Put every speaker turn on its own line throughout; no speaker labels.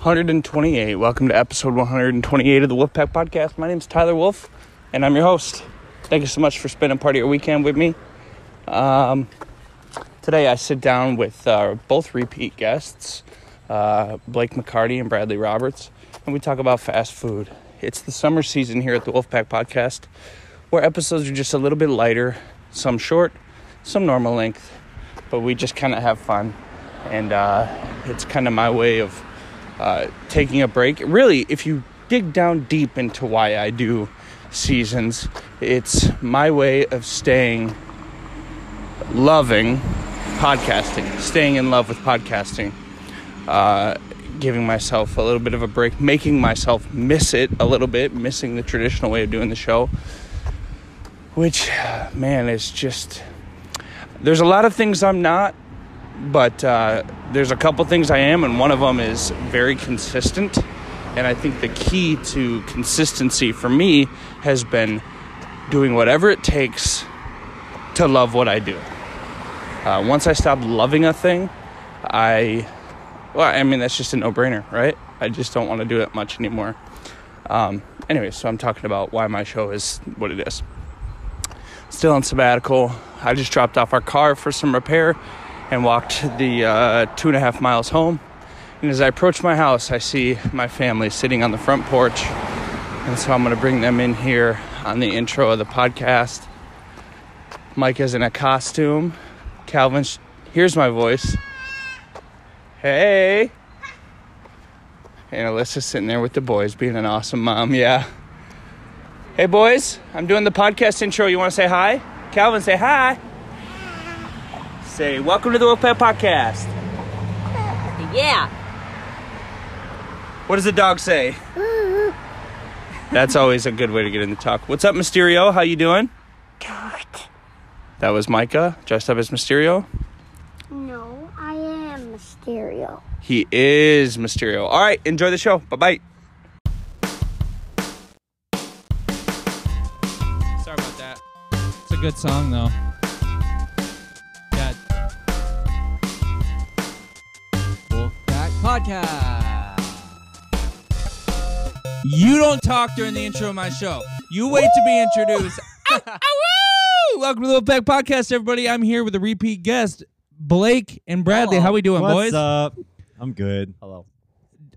128. Welcome to episode 128 of the Wolfpack Podcast. My name is Tyler Wolf, and I'm your host. Thank you so much for spending part of your weekend with me. Um, today, I sit down with uh, both repeat guests, uh, Blake McCarty and Bradley Roberts, and we talk about fast food. It's the summer season here at the Wolfpack Podcast, where episodes are just a little bit lighter, some short, some normal length, but we just kind of have fun. And uh, it's kind of my way of uh, taking a break. Really, if you dig down deep into why I do seasons, it's my way of staying loving podcasting, staying in love with podcasting, uh, giving myself a little bit of a break, making myself miss it a little bit, missing the traditional way of doing the show, which, man, is just. There's a lot of things I'm not, but uh, there's a couple things I am, and one of them is very consistent. And I think the key to consistency for me has been doing whatever it takes to love what I do. Uh, once I stop loving a thing, I, well, I mean, that's just a no brainer, right? I just don't want to do it much anymore. Um, anyway, so I'm talking about why my show is what it is still on sabbatical. I just dropped off our car for some repair and walked the uh, two and a half miles home. And as I approach my house, I see my family sitting on the front porch. And so I'm going to bring them in here on the intro of the podcast. Mike is in a costume. Calvin sh- hears my voice. Hey. And Alyssa's sitting there with the boys, being an awesome mom. Yeah. Hey, boys, I'm doing the podcast intro. You want to say hi? Calvin, say hi. Say, welcome to the Wolfpack Podcast.
Yeah.
What does the dog say? That's always a good way to get into talk. What's up, Mysterio? How you doing? That was Micah, dressed up as Mysterio.
No, I am Mysterio.
He is Mysterio. All right, enjoy the show. Bye bye.
Sorry about that. It's a good song though. Yeah. Wolfpack Podcast. You don't talk during the intro of my show. You wait to be introduced. Ow, ow, woo! Welcome to the Wolfpack Podcast, everybody. I'm here with a repeat guest, Blake and Bradley. How we doing,
What's
boys?
up? I'm good. Hello.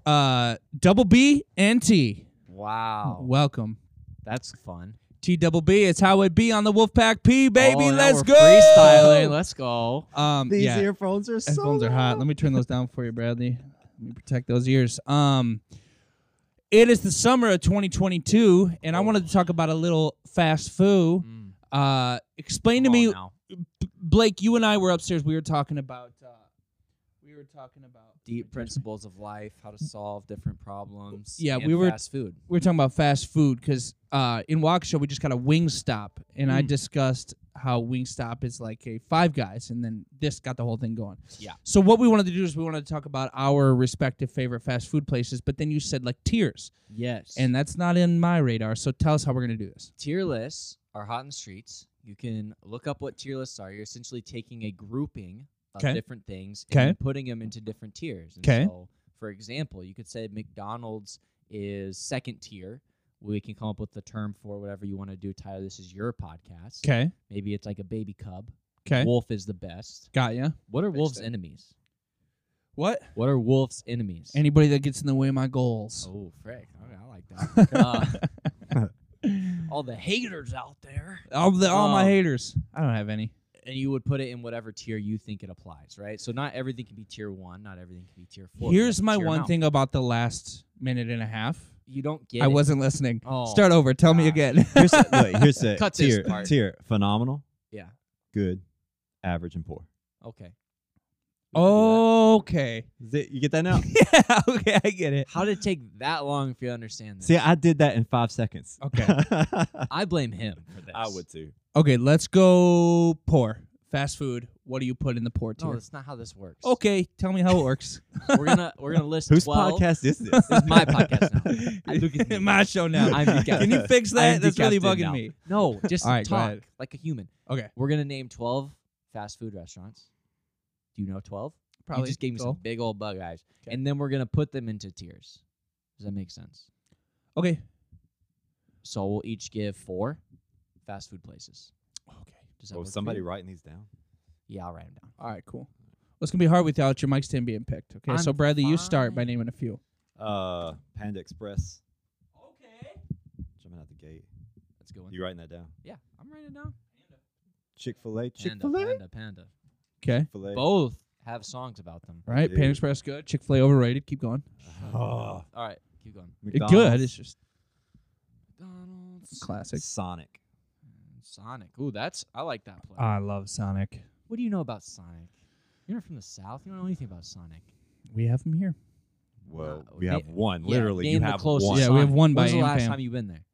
Uh, double B and T.
Wow,
Welcome.
that's fun.
T double B. It's how it be on the Wolfpack P, baby.
Oh, now
Let's
we're
go.
freestyling. Let's go.
Um,
These
yeah.
earphones are so
Headphones are hot. Let me turn those down for you, Bradley. Let me protect those ears. Um, it is the summer of 2022, and I wanted to talk about a little fast food.
Mm,
Uh, explain to
come
me,
on now.
B- Blake. You and I were upstairs. We were talking about. Uh, we were talking about.
deep principles of life, how to solve different problems.
Yeah,
and
we were-
fast food.
We were talking about fast food because uh, in Waukesha we just got a Wingstop, and I discussed how Wingstop is like a Five Guys, and then this got the whole thing going.
Yeah.
So what we wanted to do is we wanted to talk about our respective favorite fast food places, but then you said like tiers.
Yes,
and that's not in my radar. So tell us how we're gonna do this.
tier lists are hot in the streets. You can look up what tier lists are. You're essentially taking a grouping of
'Kay.
different things
'Kay.
and putting them into different tiers. And
'Kay.
So, for example, you could say McDonald's is second tier. We can come up with the term for whatever you want to do, Tyler. This is your podcast.
Okay.
Maybe it's like a baby cub.
Okay.
Wolf is the best.
Got ya.
What are wolves'
Interesting.
enemies?
What?
What are wolves' enemies?
Anybody that gets in the way of my goals.
oh, frick. Okay, I like that. uh,
Oh.
all the haters out there.
all the, all my
Um,
haters. I don't have any.
And you would put it in whatever tier you think it applies, right? So not everything can be tier one. Not everything can be tier four. you have
Here's
to
my
tier 'em
one
out.
thing about the last minute and a half.
You don't get
I
it.
wasn't listening.
Oh,
Start over. Tell me
gosh.
again.
Here's a, wait, here's a
Cut this
tier.
part.
Tier phenomenal.
Yeah.
Good. Average and poor.
Okay. We can do
Oh.
that.
okay.
Is it- you get that now?
Yeah. Okay. I get it.
How did it take that long if you understand this?
See, I did that in five seconds.
Okay.
I blame him for this.
I would too.
Okay. Let's go. Poor fast food. What do you put in the poor tier?
No, that's not how this works.
okay. Tell me how it works.
We're gonna we're gonna list
Whose
12.
podcast is this?
It's my podcast now. I look at me.
my show now.
I'm the
Can you fix
I
that?
am
That's really bugging
decapitated now.
me.
No, just
All right, go
talk
ahead.
like a human.
Okay.
We're gonna name twelve fast food restaurants. Do you know twelve?
Probably
you just gave me some
go.
big old bug eyes.
'Kay.
And then we're gonna put them into tiers. Does that make sense?
Okay.
So we'll each give four fast food places.
Okay.
Does that
Oh,
work for
somebody
you?
writing these down.
Yeah, I'll write them down.
All right, cool. Well, it's gonna be hard without your mics team being picked. Okay, so
I'm
Bradley, you start by
fine.
naming a few.
Uh, Panda Express.
Okay.
Jumping out the gate.
That's a good one.
You writing that down?
yeah, I'm writing it down.
Chick Fil A. Chick
Panda, panda, panda.
Okay,
Fil A.
Both have songs about them.
right? Pan
Dude.
Express good. Chick Fil A overrated. Keep going.
Oh,
All right, keep going.
It good. It's just
McDonald's.
classic.
Sonic.
Sonic. Ooh, that's I like that play.
I love Sonic.
what do you know about Sonic? You're not from the South. You don't know anything about Sonic.
We have them here.
Well,
Nah,
we
na-
have one.
Yeah,
Literally, you
name the
have
closest
one.
Yeah, we have
Sonic.
one by
When's the last
AMPAM.
time you've been there?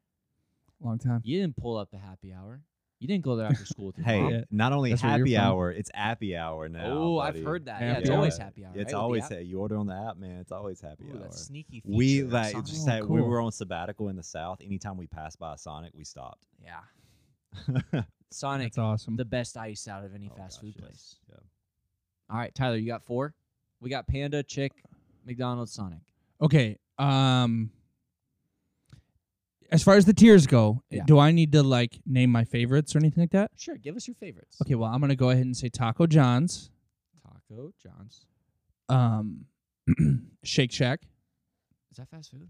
Long time.
You didn't pull up the happy hour. You didn't go there after school with your
Hey,
mom.
Yeah.
not only
That's where you're
happy
from.
hour, it's happy hour now.
oh, I've
buddy.
heard that.
Yeah,
Yeah, it's
yeah.
always happy hour. right, with
It's
the
always
app?
hey, you order on the app, man. It's always happy
Ooh,
hour.
that's sneaky.
We
feature of
like
Sonic.
just
Oh,
that we
cool.
were on sabbatical in the South. Anytime we passed by Sonic, we stopped.
yeah. Sonic,
That's awesome.
the best ice out of any
Oh,
fast
gosh,
food
yes.
place.
Yeah.
All right, Tyler, you got four. We got Panda, Chick, McDonald's, Sonic.
Okay. Um as far as the tiers go,
Yeah.
do I need to like name my favorites or anything like that?
Sure, give us your favorites.
Okay, well, I'm going to go ahead and say Taco John's,
Taco John's.
um Shake Shack.
Is that fast food?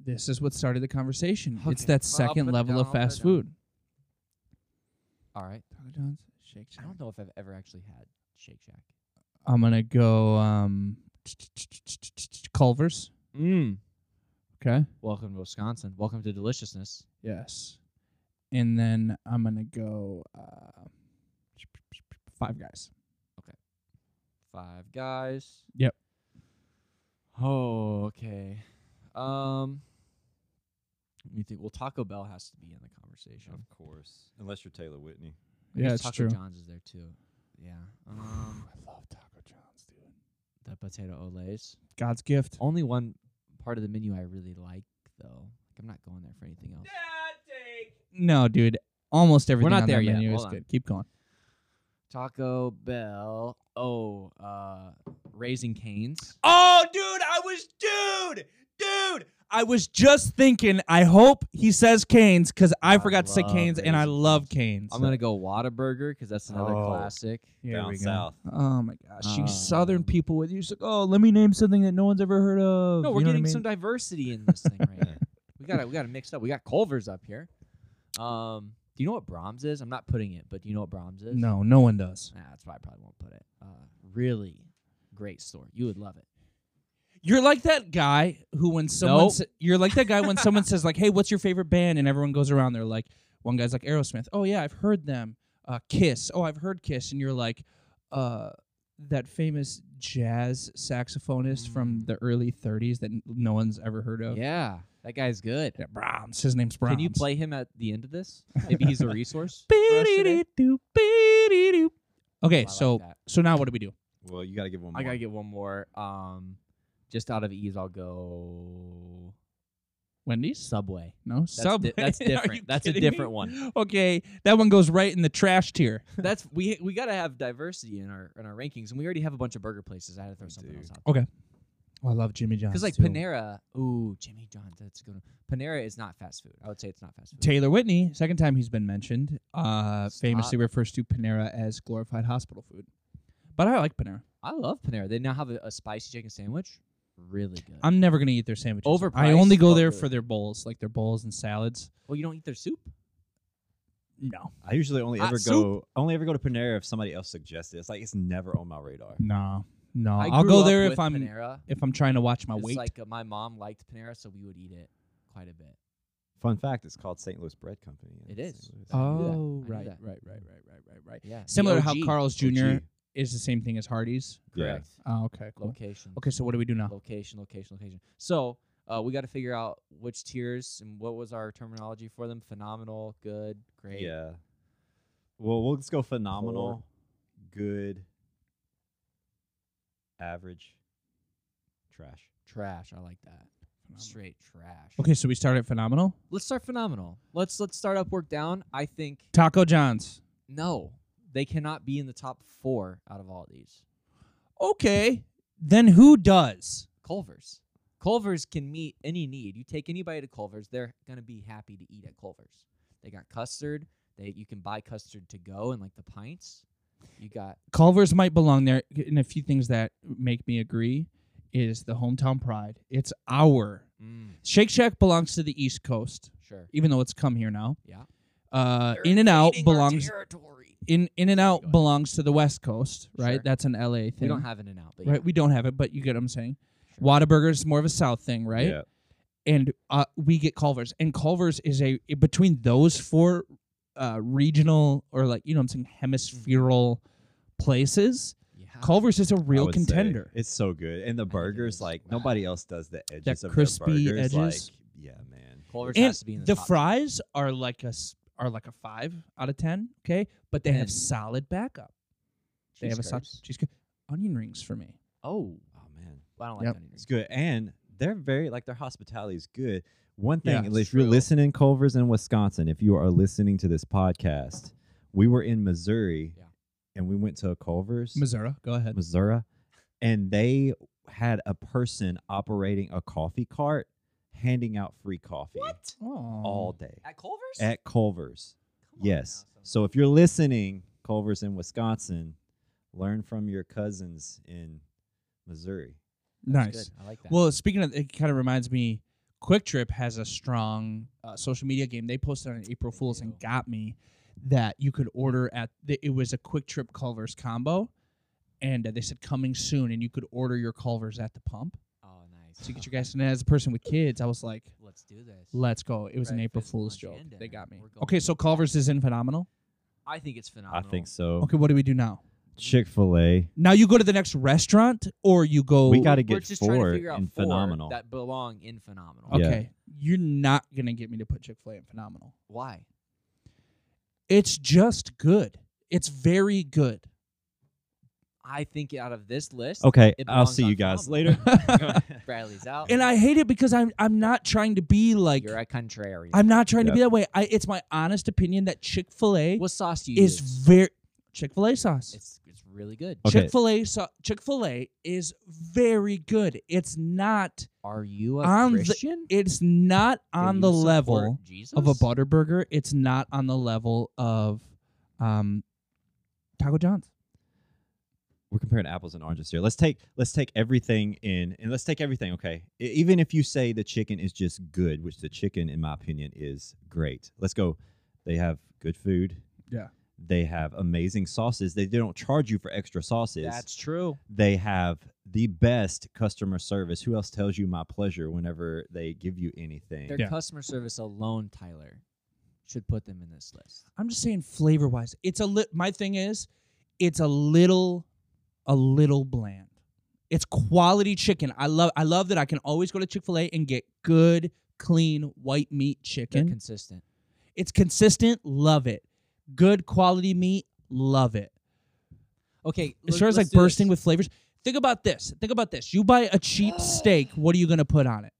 This is what started the conversation. It's
Okay.
that
Well, I'll
second
put it
level
down,
of
I'll put it
fast
down.
food.
All right.
Taco John's, Shake
I don't know if I've ever actually had Shake Shack.
I'm going to go um Culver's.
Mm.
Okay.
Welcome to Wisconsin. Welcome to deliciousness.
Yes. And then I'm going to go uh Five Guys.
Five Guys.
Yep.
Oh, okay. Um, let me think. Well, Taco Bell has to be in the conversation.
Of course, unless you're Taylor Whitney.
I
Yeah,
guess
it's
Taco
true.
John's is there too. Yeah. Um,
I love Taco John's, dude.
the potato olays.
God's gift.
Only one part of the menu I really like though. Like, I'm not going there for anything else.
No, dude. Almost everything
not
on
there
that
yet.
menu is
Hold on.
good. Keep going.
Taco Bell. Oh, uh, Raising Canes.
Oh, dude, I was dude, dude. I was just thinking. I hope he says Canes because I,
I
forgot to say
love
Canes, and I
Raising
love
Cane's.
Canes.
I'm gonna go Whataburger because that's another
Oh.
classic.
Here
Down
we go.
south.
Oh my gosh, you
Um,
Southern people with you. Like, oh, let me name something that no one's ever heard of.
No,
You
we're
know what I
getting
mean?
some diversity in this thing right here. We got we got to mix up. We got Culver's up here. Um, do you know what Brahms is? I'm not putting it, but do you know what Brahms is?
No, no one does.
Nah, that's why I probably won't put it. Uh, really great store. You would love it.
You're like that guy who, when someone,
Nope.
sa- you're like that guy when someone says like, "Hey, what's your favorite band?" and everyone goes around. They're like, one guy's like Aerosmith. Oh yeah, I've heard them. Uh, Kiss. Oh, I've heard Kiss. And you're like, uh, that famous jazz saxophonist from
Mm.
the early '30s that n- no one's ever heard of.
Yeah, that guy's good.
Yeah, Brahms. His name's Brahms.
Can you play him at the end of this? Maybe he's a resource. for us today. Oh,
Be-de-de-do, be-de-do.
I
Okay,
like
so
that.
so now what do we do?
Well, you got to give one.
I
more.
gotta get one more. Um, just out of ease, I'll go
Wendy's?
Subway.
No,
di-
Subway.
that's
Are
different.
you
That's a
kidding me?
different one.
Okay, that one goes right in the trash tier.
That's we we gotta have diversity in our in our rankings, and we already have a bunch of burger places. I had to throw
We
something
do.
else out.
Okay. Oh, I love Jimmy John's.
Because like
too.
Panera, ooh, Jimmy John's, that's a good. One. Panera is not fast food. I would say it's not fast food.
Taylor Whitney, second time he's been mentioned, uh, famously
Stop.
refers to Panera as glorified hospital food. But I like Panera.
I love Panera. They now have a, a spicy chicken sandwich, really good.
I'm never gonna eat their sandwiches. I
Overpriced,
only go
but
there
good.
for their bowls, like their bowls and salads.
well, you don't eat their soup.
No,
I usually only
Ah,
ever
soup.
go. I only ever go to Panera if somebody else suggests it. It's like it's never on my radar.
no, no.
I
Uh, I'll
grew
go
up
there if
with
I'm
Panera.
if I'm trying to watch my
it's
weight.
like uh, my mom liked Panera, so we would eat it quite a bit.
Fun fact: It's called St. Louis Bread Company. in
It is.
St. Louis.
I knew that.
oh,
I knew
right, right,
that.
right, right, right, right, right.
Yeah, the
Similar to how
OG.
Carl's Jr.
OG.
is the same thing as Hardee's.
Yeah.
correct
Oh, okay, cool.
location.
Okay, so what do we do now?
location, location, location. So uh, we got to figure out which tiers and what was our terminology for them. Phenomenal, good, great.
Yeah. Well, we'll just go phenomenal, good, average, trash.
Trash. I like that. Straight trash.
Okay, so we start at phenomenal.
Let's start phenomenal. Let's let's start up, work down. I think
Taco John's.
no, they cannot be in the top four out of all these.
Okay, then who does?
Culver's. Culver's can meet any need. You take anybody to Culver's, they're gonna be happy to eat at Culver's. They got custard. They you can buy custard to go and like the pints. You got
Culver's might belong there. And a few things that make me agree is the hometown pride. It's our
mm,
Shake Shack belongs to the East Coast,
sure.
even though it's come here now.
Yeah.
Uh,
They're
In and Out
invading our
belongs
territory.
in In and
Go
Out
ahead.
belongs to the West Coast, right?
Sure.
That's an LA thing.
We don't have in and out, but
right. We don't have it, but you get what I'm saying.
Sure.
Whataburger's more of a South thing, right?
Yeah.
and uh, we get Culver's, and Culver's is a between those four uh, regional or like you know what I'm saying hemispherical places.
yeah.
Culver's is a
I
real
would say.
contender.
It's so good, and the burgers
is
like
rad.
nobody else does the edges of
crispy
their burgers.
edges.
Like, yeah, man.
Culver's
And
has to be in the,
the
top
fries are like a s- are like a five out of ten. Okay, but they
Ten.
have solid backup. They
ten.
have a
Cheese
solid
curds.
cheese cur- onion rings for me.
Oh,
Oh man,
well, I don't like
Yep.
onion
it's good,
rings.
and they're very like their hospitality is good. One
Yeah,
thing,
it's
if you're
true.
listening, Culver's in Wisconsin. If you are listening to this podcast, we were in Missouri,
Yeah.
and we went to a Culver's.
Missouri, go ahead.
Missouri, and they had a person operating a coffee cart handing out free coffee
Oh.
all day
At Culver's?
at Culver's.
Come on
Yes.
now,
So if you're listening, Culver's in Wisconsin, learn from your cousins in Missouri.
That's
nice.
good. I like that.
Well, speaking of, it kind of reminds me. Quick Trip has a strong uh, social media game. They posted on April
They
Fools
do.
and got me that you could order at. The, it was a Quick Trip Culver's combo, and uh, they said coming soon, and you could order your Culver's at the pump.
oh, nice.
So you get your guys. And as a person with kids, I was like,
Let's do this.
"Let's go!" It was an April
Breakfast,
Fools
lunch,
joke.
and
They
dinner.
got me.
We're
Okay,
going.
so Culver's is in phenomenal.
I think it's phenomenal.
I think so.
Okay, what do we do now?
Chick fil A.
Now you go to the next restaurant, or you go.
We gotta
We're
get
just trying to
four
figure out
in
four
phenomenal.
that belong in phenomenal.
Yeah.
Okay, you're not gonna get me to put Chick Fil A in phenomenal.
Why?
It's just good. It's very good.
I think out of this list,
Okay,
it
I'll
belongs
see
on
you guys
phenomenal.
later.
Bradley's out.
and I hate it because I'm I'm not trying to be like
You're a contrarian.
I'm not trying
Yeah.
to be that way. I it's my honest opinion that Chick Fil A
What sauce do you
is
use?
very Chick Fil A sauce.
It's it's really good.
Okay.
Chick Fil A so- Chick Fil A is very good. It's not
Are you a
On the-
Christian?
it's not
Do
on
you
the
support
level
Jesus?
of a butterburger. It's not on the level of um Taco John's.
We're comparing apples and oranges here. Let's take let's take everything in and let's take everything, okay? E- Even if you say the chicken is just good, which the chicken in my opinion is great. Let's go. They have good food.
Yeah.
They have amazing sauces. They don't charge you for extra sauces.
That's true.
they have the best customer service. Who else tells you my pleasure whenever they give you anything?
Their
Yeah.
customer service alone, Tyler, should put them in this list.
I'm just saying flavor wise. It's a lit my thing is it's a little a little bland. It's quality chicken. I love I love that I can always go to Chick-fil-A and get good, clean white meat
They're
chicken.
consistent.
it's consistent, love it. Good quality meat, love it.
Okay.
As
l-
far as
let's
like
do this.
bursting with flavors, think about this. Think about this. You buy a cheap steak, what are you going to put on it?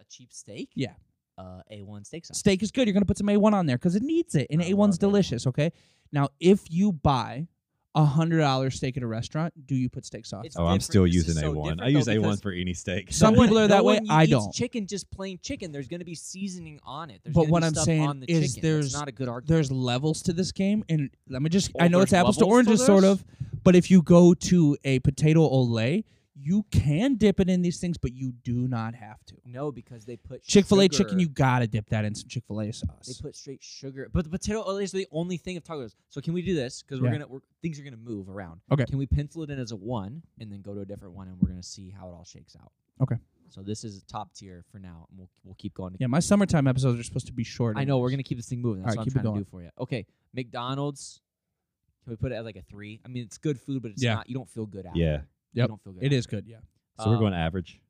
a cheap steak.
Yeah.
Uh, A1 steak sauce.
steak is good. You're gonna put some A1 on there because it needs it, and
I love
A1's delicious. Okay. Now, if you buy a hundred dollar steak at a restaurant, do you put steak sauce?
It's
oh, I'm
different-
still
this is
using
so
A1. I
different,
use
though, because
A1 for any steak.
Some
no
people
one-
are that
no
way.
one
I
eats
don't.
Chicken, just plain chicken. There's going to be seasoning on it. There's
But
gonna
what
be
I'm
stuff
saying
on the
is
chicken. That's
there's-
not a good argument.
There's levels to this game, and let me just.
Oh,
I know
there's
it's apples to
levels to
oranges, sort
this?
of, but if you go to a potato ole, you can dip it in these things, but you do not have to.
No, because they put
Chick Fil A
sugar-
chicken, you gotta dip that in some Chick Fil A
They
sauce.
put straight sugar, but the potato ole is the only thing of tacos. So can we do this? Because we're
Yeah.
gonna we're, things are gonna move around.
Okay.
Can we pencil it in as a one and then go to a different one and we're gonna see how it all shakes out.
Okay.
So this is top tier for now, and we'll we'll keep going.
yeah, my summertime episodes are supposed to be short.
I know we're
anyways.
gonna keep this thing moving. That's
Alright,
what
keep
I'm
it
trying to do for you. Okay, McDonald's. Can we put it at like a three? I mean, it's good food, but it's
Yeah.
not. You don't feel good after.
Yeah.
You
Yep.
don't feel good.
It
after.
is good. Yeah.
so we're
Um,
going average.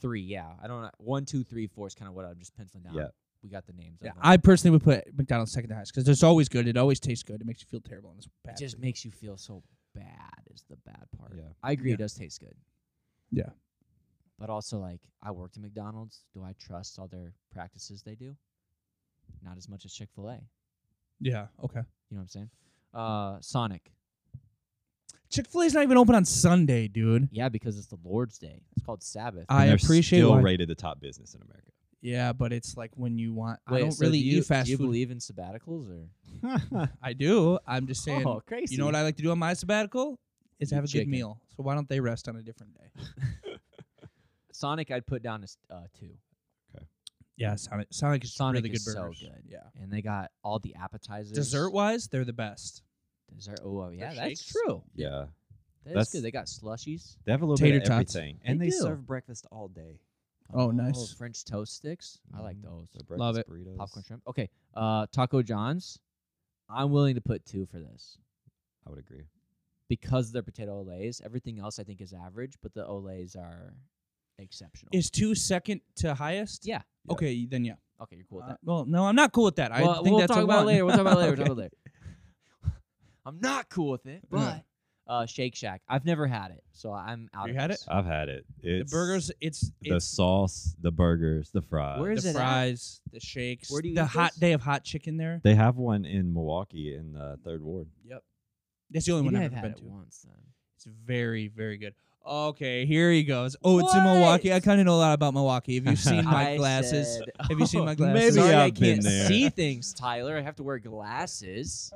three. Yeah. I don't know. One, two, three, four is kind of what I'm just penciling down.
Yeah.
We got the names. of
Yeah,
them.
I personally would put McDonald's second to highest because it's always good. It always tastes good. It makes you feel terrible. And it's bad.
It just
for you.
makes you feel so bad is the bad part.
Yeah.
I agree
Yeah.
it does taste good.
Yeah.
But also like I worked at McDonald's. Do I trust all their practices they do? Not as much as Chick fil A. You
yeah. Okay. Hmm.
know what I'm saying? Uh Sonic.
Chick Fil A's not even open on Sunday, dude.
Yeah, because it's the Lord's Day. It's called Sabbath.
I
And they're
appreciate
still
why-
rated the top business in America.
Yeah, but it's like when you want. I
Wait,
don't
so
really
do you,
eat fast
do you
food.
believe in sabbaticals or?
I do. I'm just saying.
oh, crazy!
you know what I like to do on my sabbatical is
Eat
have a
chicken.
good meal. So why don't they rest on a different day?
Sonic, I'd put down as uh, two.
Yeah, Sonic. Sonic is
Sonic
really good
is so
burgers.
good.
Yeah.
and they got all the appetizers.
Dessert wise, they're the best.
Dessert. Oh, yeah, that's
shakes.
true.
yeah.
That's,
That's-
good. They got slushies.
They have a little
Tater
bit of
tots.
everything. And
They
they,
do.
serve breakfast all day.
Oh, nice.
Um, French toast sticks. I like
Mhm.
those.
Their
Love
breakfast Burritos.
Popcorn shrimp. Okay. Uh, Taco John's. I'm willing to put two for this
I would agree.
because they're potato olays. Everything else I think is average, but the olays are exceptional.
Is two second to highest?
yeah.
Okay, then yeah.
Okay, you're cool with
Uh,
that.
well, no, I'm not cool with that. I
well,
think
we'll
that's
talk
a
about it
one.
later. We'll talk about it later. We'll talk
Okay.
about it later. I'm not cool with it,
Yeah.
but uh, Shake Shack. I've never had it, so I'm out.
You
of
had
this.
I've had it.
The
It's
burgers, it's
the
it's
sauce, the burgers, the fries.
Where is
the
it at?
fries, the shakes,
Where do you
the
eat
hot.
this?
They have hot chicken there.
They have one in Milwaukee in the Third Ward.
That's the only
Maybe
one
I've
I've
had
ever been
it
to.
once then.
It's very, very good. Okay, here he goes. Oh, it's in
What?
Milwaukee. I kind of know a lot about Milwaukee. Have you seen my
I
glasses?
said-
Have you seen my
Oh,
glasses?
Maybe
Sorry, I
I've been
can't
there.
see things, Tyler. I have to wear glasses.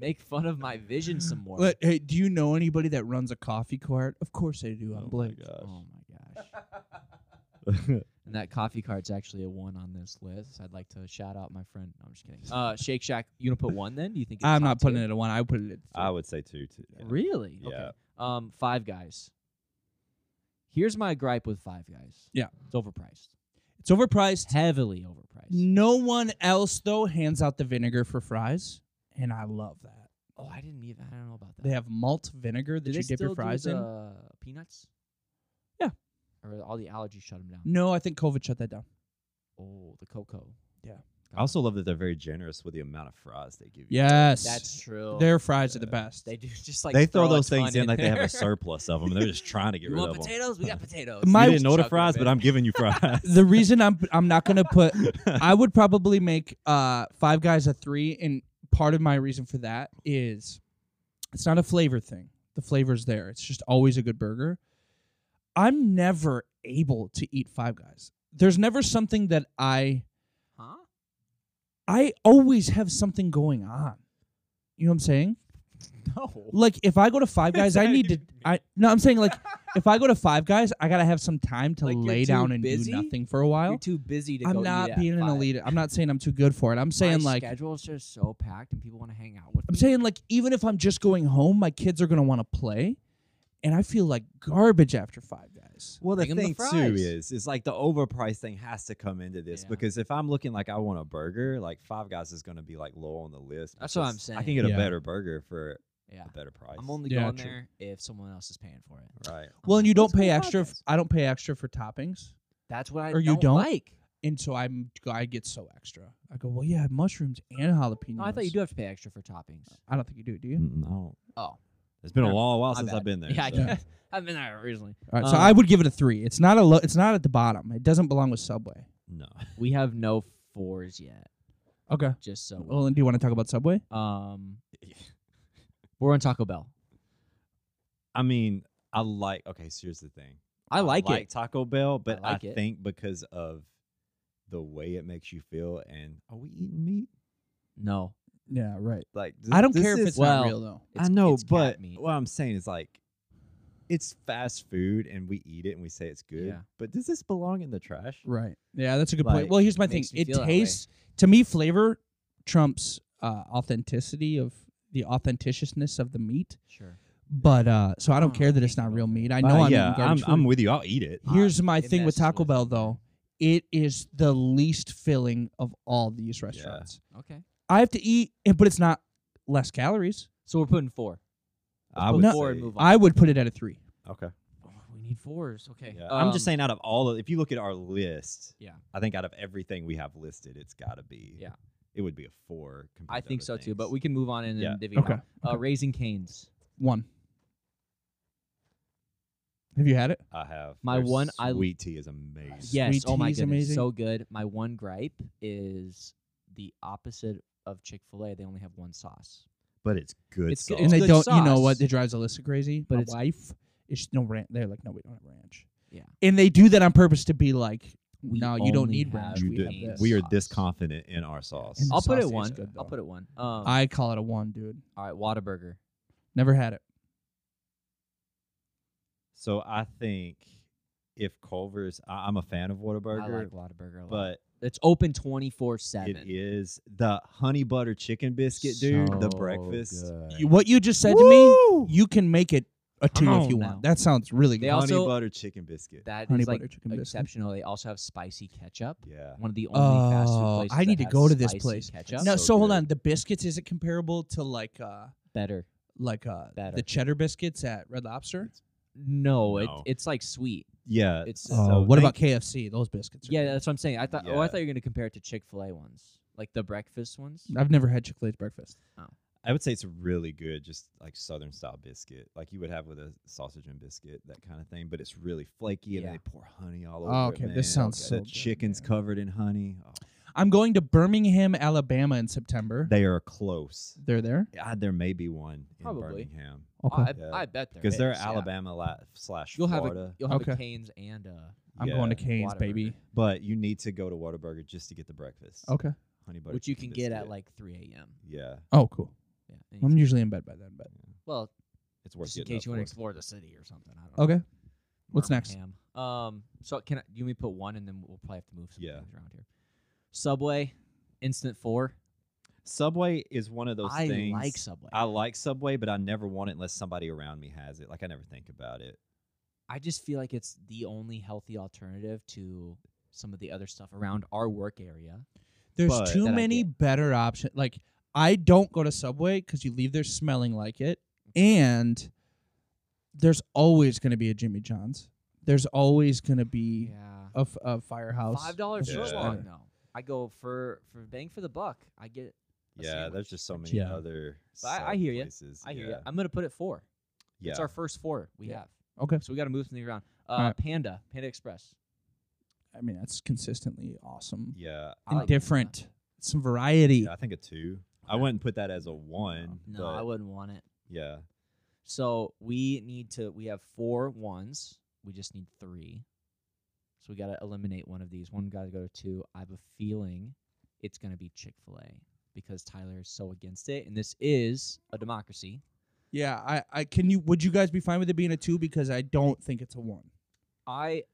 Make fun of my vision some more.
Let- hey, do you know anybody that runs a coffee cart? Of course I do. I'm
Oh my
Blake.
oh my gosh!
gosh.
And that coffee cart's actually a one on this list. I'd like to shout out my friend. No, I'm just kidding. Uh, Shake Shack. You gonna put one then? Do you think? It's
I'm not putting it at one. I put it at
I would say two. two yeah.
Really?
Yeah.
Okay. Um, Five Guys. Here's my gripe with Five Guys.
Yeah.
It's overpriced.
It's overpriced.
Heavily overpriced.
No one else though hands out the vinegar for fries, and I love that.
Oh, I didn't even. I don't know about that.
They have malt vinegar that
Do
you
they
dip your
still do
fries in.
the Peanuts.
Yeah.
Or all the allergies shut them down.
No, I think COVID shut that down.
Oh, the cocoa.
I also love that they're very generous with the amount of fries they give you.
Yes,
That's true.
their fries are the best.
they do just like
they throw,
a
those things
ton
in like they have
there.
a surplus of them. They're just trying to get
You
rid
want
of them.
potatoes? We got potatoes.
My-
you didn't order
Chuck
fries,
them
but
in.
I'm giving you fries.
the reason I'm I'm not gonna put I would probably make uh Five Guys a three, and part of my reason for that is it's not a flavor thing. The flavor's there. It's just always a good burger. I'm never able to eat Five Guys. There's never something that I
Huh?
I always have something going on. You know what I'm saying?
No.
Like if I go to Five Guys, I
that
need to.
even mean?
I no, I'm saying like if I go to Five Guys, I gotta have some time to
Like, you're
lay
too
down and
busy?
do nothing for a while.
You're too busy to go
I'm
eat
not
at
being an
five.
elite. I'm not saying I'm too good for it. I'm saying
my
like
schedule's just so packed and people want to hang out with
I'm
me.
saying like even if I'm just going home, my kids are gonna want to play, and I feel like garbage after Five Guys.
Well, the
Bring 'em the
thing too
fries.
is, is like the overpriced thing has to come into this
Yeah.
because if I'm looking like I want a burger, like Five Guys is going to be like low on the list.
That's what I'm
because I can
saying.
get a
Yeah.
better burger for
yeah.
a better price.
I'm only
Yeah,
going
true.
there if someone else is paying for it.
right.
I'm
Well, and
like,
you don't
"Let's go
pay
to
extra. F-
Popeyes."
I don't pay extra for toppings,
That's what I
or you
don't,
don't?
like.
and so I'm I get so extra. I go well, yeah, mushrooms and jalapenos.
No, Oh, I thought you do have to pay extra for toppings.
I don't think you do. Do you?
Mm, No,
Oh,
it's been a
Yeah.
long while
my
since
bad.
I've been there.
Yeah, I
so.
guess. I've been there recently.
All right, so
Um,
I would give it a three. It's not a low. It's not at the bottom. It doesn't belong with Subway.
no.
We have no fours yet.
Okay.
Just so. we
Well, and do you want to talk about Subway?
Um, we're on Taco Bell.
I mean, I like. Okay, so here's the thing.
I like it.
Taco Bell, but I,
like it.
think because of the way it makes you feel, and are we eating meat?
No,
Yeah, right.
Like
I don't
this
care if
is-
it's
well-
not real though.
I
It's-
know,
it's cat
but
meat.
what I'm saying is like, it's fast food, and we eat it, and we say it's good.
Yeah.
But does this belong in the trash?
Right. Yeah, that's a good
Like,
point. Well, here's my thing.
makes me
It
feel that way.
tastes to me flavor trumps uh, authenticity of the authenticiousness of the meat.
sure.
But uh, so I don't
Oh,
care that it's
thank
not
you.
real meat. I
Uh,
know I'm
yeah,
eating
I'm,
garbage
I'm
food.
with you. I'll eat it.
Here's my
Ah, It
thing with
messes
Taco
with
Bell
me.
though. It is the least filling of all these restaurants.
Okay.
I have to eat, eh, but it's not less calories.
So we're putting four.
I
Let's
would
no-
say,
forward, move on.
I would put it at a three.
Okay.
Oh, we need fours. Okay.
Yeah. I'm just
Um,
saying, out of all of, if you look at our list,
Yeah.
I think out of everything we have listed, it's got to be.
Yeah.
It would be a four. Compared
I
to
think
other
so too, but
things.
we can move on and
Yeah.
then divvy it
Okay,
up. Uh, Raising Canes.
One. Have you had it?
I have
My
Their
one- I-
sweet tea is amazing.
Yes.
Sweet
oh my
tea's
goodness.
amazing.
So good. My one gripe is the opposite of Chick Fil A. They only have one sauce.
but it's good
It's
sauce.
good.
and they don't. You know
sauce.
what? It drives Alyssa crazy.
But
But My
it's-
wife is no ranch. They're like, no, we don't have ranch.
Yeah.
And they do that on purpose to be like,
We
no, you don't
only
need
have
ranch.
You
we
did-
have
ranch.
this.
we are this
sauce.
confident in our sauce.
And
I'll put
sauce tastes
it one.
good,
I'll
though.
put it one. Um,
I call it a one, dude.
all right, Whataburger.
Never had it.
So I think if Culver's, I, I'm a fan of Whataburger,
I like Whataburger a lot.
but
it's open twenty four seven.
it is the honey butter chicken biscuit, dude. the breakfast.
You- what you just said to me, you can make it a two
Come
if you
on now.
want. That sounds really
They
good.
honey
also-
butter chicken biscuit.
That is
Honey
like
butter chicken biscuit.
exceptional. They also have spicy ketchup.
yeah.
One of the only fast food
Oh,
places.
I
that
need to
has
go to this
spicy
place.
Ketchup.
no,
so
so, hold
good.
on. The biscuits is it comparable to like uh
better.
like uh
Better.
the cheddar biscuits at Red Lobster?
No,
No.
It, it's like sweet.
Yeah.
It's
Oh, so
what
thank-
about KFC? Those biscuits. Are
yeah, that's what I'm saying. I thought. Oh, I
Yeah.
thought you were gonna compare it to Chick Fil A ones, like the breakfast ones.
good. I've never had Chick Fil A's breakfast.
I would say it's really good, just like Southern style biscuit, like you would have with a sausage and biscuit, that kind of thing. But it's really flaky, and
Yeah.
then they pour honey all over.
Oh,
it,
okay, this
man.
sounds so
the
good,
chicken's
man.
covered in honey. Oh,
I'm going to Birmingham, Alabama in September.
they are close.
They're there.
Ah, there may be one
Probably.
in Birmingham
I,
Yeah.
I bet there
because they're
is, yeah.
Alabama la- slash
You'll have
Florida.
a you'll have a
Okay.
Canes and uh, a
I'm going to
Yeah,
Canes,
Whataburger.
baby.
but you need to go to Whataburger just to get the breakfast.
Okay.
honey butter,
which you can
chicken
get at
biscuit.
like 3 a.m.
yeah,
Oh, cool.
Yeah.
I'm
anytime.
usually in bed by then, but
well,
it's worth
just in
getting
case
up
you want
for.
to explore the city or something. I don't know.
okay. What's next?
Birmingham. Um. So can I, you may put one, and then we'll probably have to move some
Yeah.
things around here. Subway, instant four.
Subway is one of those
I
things.
like Subway.
I like Subway, but I never want it unless somebody around me has it. Like I never think about it.
I just feel like it's the only healthy alternative to some of the other stuff around our work area.
There's
But-
too
That I
many
get.
better options. Like I don't go to Subway because you leave there smelling like it, and there's always going to be a Jimmy John's. There's always going to be a, f- a firehouse.
Five dollars
It's just
short
better.
though. I go for for bang for the buck. I get. A
Yeah,
sandwich.
there's just so many
Yeah.
other.
But I- I
sub
hear ya.
places.
I hear
yeah.
you. I'm gonna put it four.
Yeah.
It's our first four we
Yeah.
have.
Okay.
So we got to move something around. Uh,
Alright.
Panda, Panda Express.
I mean, that's consistently awesome
yeah,
I
and
like Panda.
different. Some variety.
yeah, I think a two. I wouldn't put that as a one.
No,
but
I wouldn't want it.
Yeah,
So we need to. We have four ones. We just need three. So we got to eliminate one of these. One got to go to two. I have a feeling it's going to be Chick Fil A because Tyler is so against it, and this is a democracy.
Yeah, I, I can you would you guys be fine with it being a two because I don't think it's a one.
I,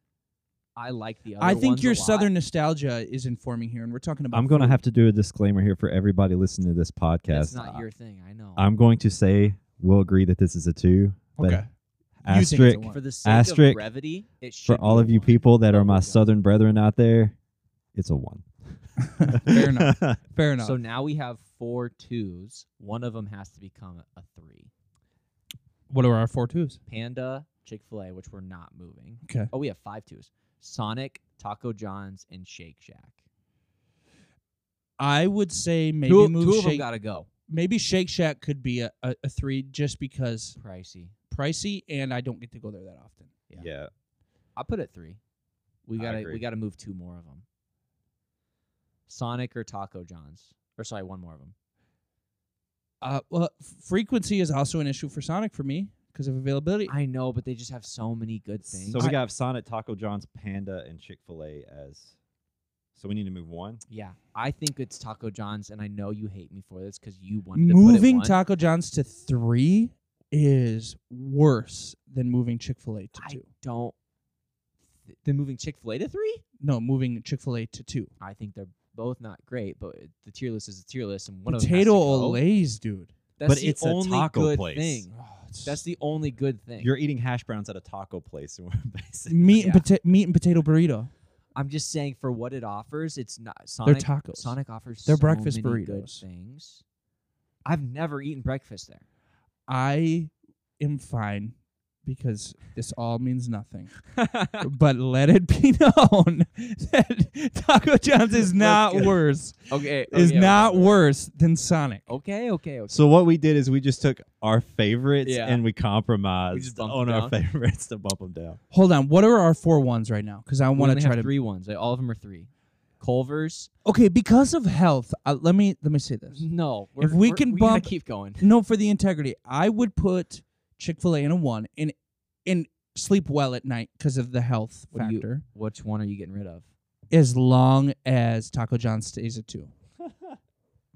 I like the other.
I think
ones a
your
lot.
southern nostalgia is informing here, and we're talking about.
I'm gonna
food.
have to do a disclaimer here for everybody listening to this podcast.
That's not your thing. I know.
I'm going to say we'll agree that this is a two. But
Okay. You think it's a
asterisk
one.
for the sake of
Asterisk
brevity, it should
for all
be a
of you
one,
people that
but
are my
we don't.
southern brethren out there, it's a one.
Fair enough. Fair enough.
So now we have four twos. One of them has to become a three.
what are our four twos?
Panda, Chick Fil A, which we're not moving.
Okay.
Oh, we have five twos. Sonic, Taco John's, and Shake Shack.
I would say maybe
two
move
two of them
Shake.
gotta go.
maybe Shake Shack could be a, a, a three just because
Pricey.
pricey, and I don't get to go there that often.
Yeah.
yeah.
I put it three. We
I
gotta we
agree.
gotta move two more of them. Sonic or Taco John's, or sorry, one more of them.
Uh, well, f- frequency is also an issue for Sonic for me because of availability.
I know, but they just have so many good things.
So we got Sonic, Taco John's, Panda, and Chick Fil A as. So we need to move one.
yeah, I think it's Taco John's, and I know you hate me for this because you wanted to put it
moving
one.
Taco John's to three is worse than moving Chick Fil A to
I
two.
don't. Th- They're moving Chick Fil A to three.
No, moving Chick Fil A to two.
I think they're both not great, but it- the tier list is a tier list, and one
Potato
of them has to go.
Olays, dude.
That's
But
the
it's a
only
taco
good
place.
thing. That's the only good thing.
You're eating hash browns at a taco place, and we're basically
meat and
Yeah.
pota- meat and potato burrito.
I'm just saying for what it offers, it's not Sonic.
tacos.
Sonic offers
They're
so
breakfast
many good
burritos.
things. I've never eaten breakfast there.
I am fine because this all means nothing. but let it be known that Taco John's is not
Let's Oh, go.
worse.
okay,
Is
okay,
not
whatever.
worse than Sonic.
Okay, okay, okay.
So what we did is we just took our favorites
Yeah.
and we
We just
compromised
bumped
on
them
our favorites to bump them down.
Hold on. What are our four ones right now? Because I
We
want
only
to try
have
to.
three ones. All of them are three. Culver's.
Okay, because of health, uh, let me let me say this.
No,
If
we're-
we
we're-
can
we gotta
bump-
keep going.
No, for the integrity, I would put Chick Fil A in a one and and sleep well at night because of the health
What do you-
factor.
Which one are you getting rid of?
as long as Taco John stays at two.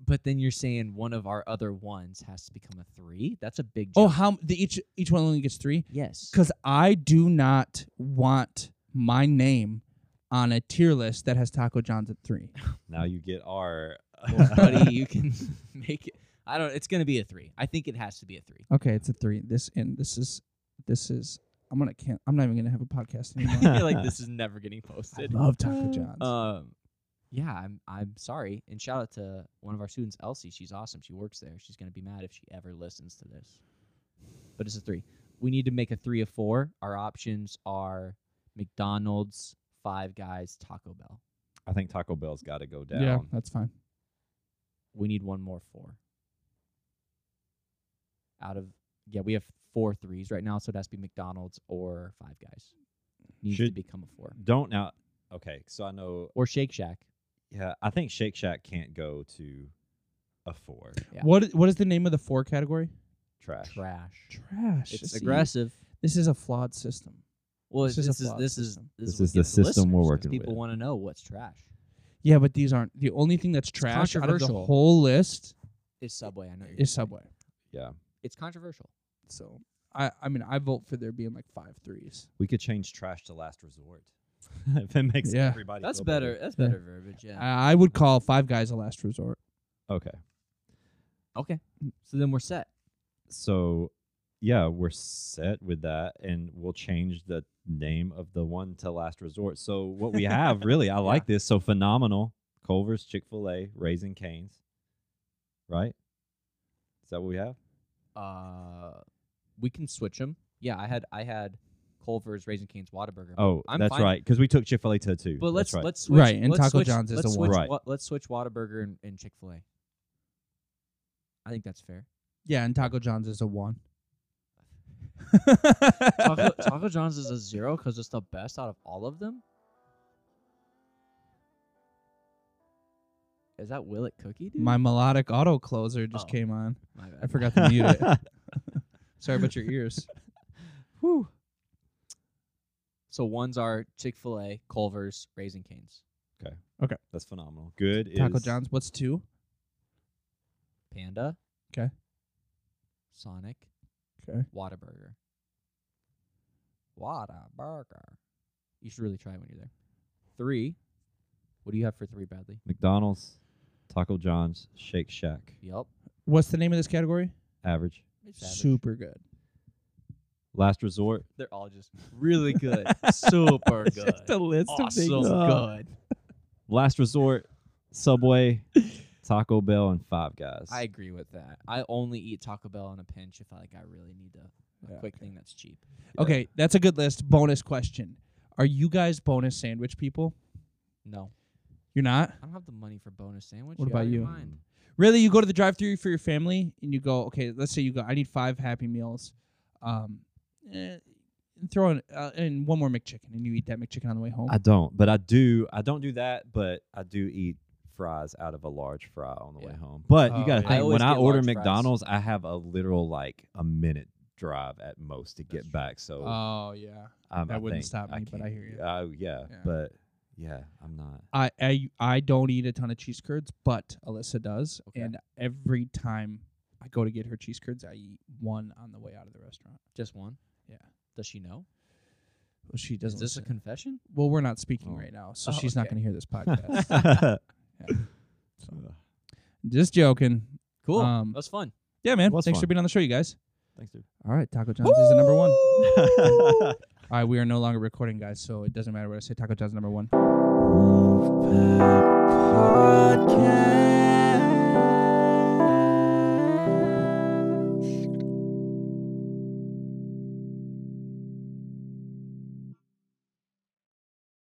But then you're saying one of our other ones has to become a three. That's a big.
Oh,
jump.
how m- the, each each one only gets three
yes.
because I do not want my name on a tier list that has Taco John's at three.
Now you get our.
Well, buddy, you can make it. I don't. It's gonna be a three. I think it has to be a three.
Okay, it's a three. This and this is this is I'm gonna can't I'm not even gonna have a podcast
I
anymore.
feel like this is never getting
I
posted.
love Taco John's.
Um, yeah, I'm. I'm sorry. And shout out to one of our students, Elsie. She's awesome. She works there. She's gonna be mad if she ever listens to this. But it's a three. We need to make a three of four. Our options are McDonald's, Five Guys, Taco Bell.
I think Taco Bell's got to go down.
yeah, that's fine.
We need one more four. Out of yeah, we have four threes right now, so it has to be McDonald's or Five Guys. Needs to
Should-
become a four
Don't now. Okay, so I know.
or Shake Shack.
Yeah, I think Shake Shack can't go to a four.
Yeah.
What i- what is the name of the four category?
Trash.
Trash.
Trash.
It's
See,
aggressive.
This is a flawed system.
Well,
This
this,
is a
is
flawed
this is
system.
this,
This
what
is the
gets
system we're
listeners, 'cause
working
People
with.
want to know what's trash.
Yeah, but these aren't the only thing that's trash out of the
controversial.
whole list
Is Subway? I know. you're gonna
is
say.
Subway.
Yeah,
It's controversial.
So I I mean I vote for there being like five threes.
we could change trash to last resort. if it makes
Yeah.
everybody.
That's
feel
better. That's
Yeah.
better verbiage. Yeah.
I I would call Five Guys a last resort.
Okay.
okay. Uh, mm, So then we're set.
so yeah, we're set with that, and we'll change the name of the one to Last Resort. So what we have, really, I like this. So phenomenal, Culver's, Chick Fil A, Raising Canes, right? Is that what we have?
Uh, we can switch them. Yeah, I had I had Culver's, Raisin Canes, Whataburger. but
Oh,
I'm
that's
fine.
right, because we took Chick Fil A to two.
But let's
that's right.
let's switch,
Right, and
let's
Taco
switch-
John's is
let's
the one.
switch
Right.
Wa- let's switch Whataburger and, and Chick Fil A. I think that's fair.
Yeah, and Taco John's is a one.
Taco, Taco John's is a zero because it's the best out of all of them. Is that Willet Cookie, dude?
My melodic auto closer just
Oh.
came on.
My
I
bad.
forgot to mute it. Sorry about your ears.
Whew.
So ones are Chick Fil A, Culver's, Raising Canes,
That's phenomenal. Good
Taco
is
John's, what's two?
Panda,
'Kay.
Sonic,
Okay.
Whataburger. Whataburger. You should really try it when you're there. Three. What do you have for three, Bradley?
McDonald's, Taco John's, Shake Shack,
Yup.
What's the name of this category?
average,
It's average.
Super good.
Last Resort.
They're all just really good. Super
It's
good.
just a list of things.
Awesome
Oh.
good.
Last Resort, Subway, Taco Bell, and Five Guys.
I agree with that. I only eat Taco Bell on a pinch if I like I really need a, a
Yeah,
quick thing that's cheap.
Okay, that's a good list. Bonus question. Are you guys bonus sandwich people?
No.
You're not?
I don't have the money for bonus sandwich.
What
You out
about
of your
you?
mind.
really you go to the drive through for your family and you go okay let's say you go i need five happy meals um eh, throw in, uh, in one more mcchicken and you eat that mcchicken on the way home
I don't, but I do. I don't do that, but I do eat fries out of a large fry on the way
Yeah.
home. But
Oh,
you got to
yeah. I
think
always
when I
get
order
large fries.
McDonald's, I have a literal like a minute drive at most to get back. So
oh yeah
um,
that
I
wouldn't
think
stop me, but I
can't-
hear you.
Oh yeah,
Yeah.
but yeah, I'm not.
I, I i don't eat a ton of cheese curds but alyssa does
Okay.
and every time i go to get her cheese curds i eat one on the way out of the restaurant
Just one?
Yeah.
Does she know?
well she
Is
doesn't
this a
listen.
confession?
well we're not speaking
Oh.
right now so
Oh,
she's not
okay.
going to hear this podcast
Ugh.
just joking
Cool.
Um,
that was fun.
yeah man
Was
thanks for
fun.
being on the show you guys
Thanks, dude.
all right taco john's is the number one
Woo!
All right, we are no longer recording, guys, so it doesn't matter what I say. Taco John's number one.
Wolfpack Podcast.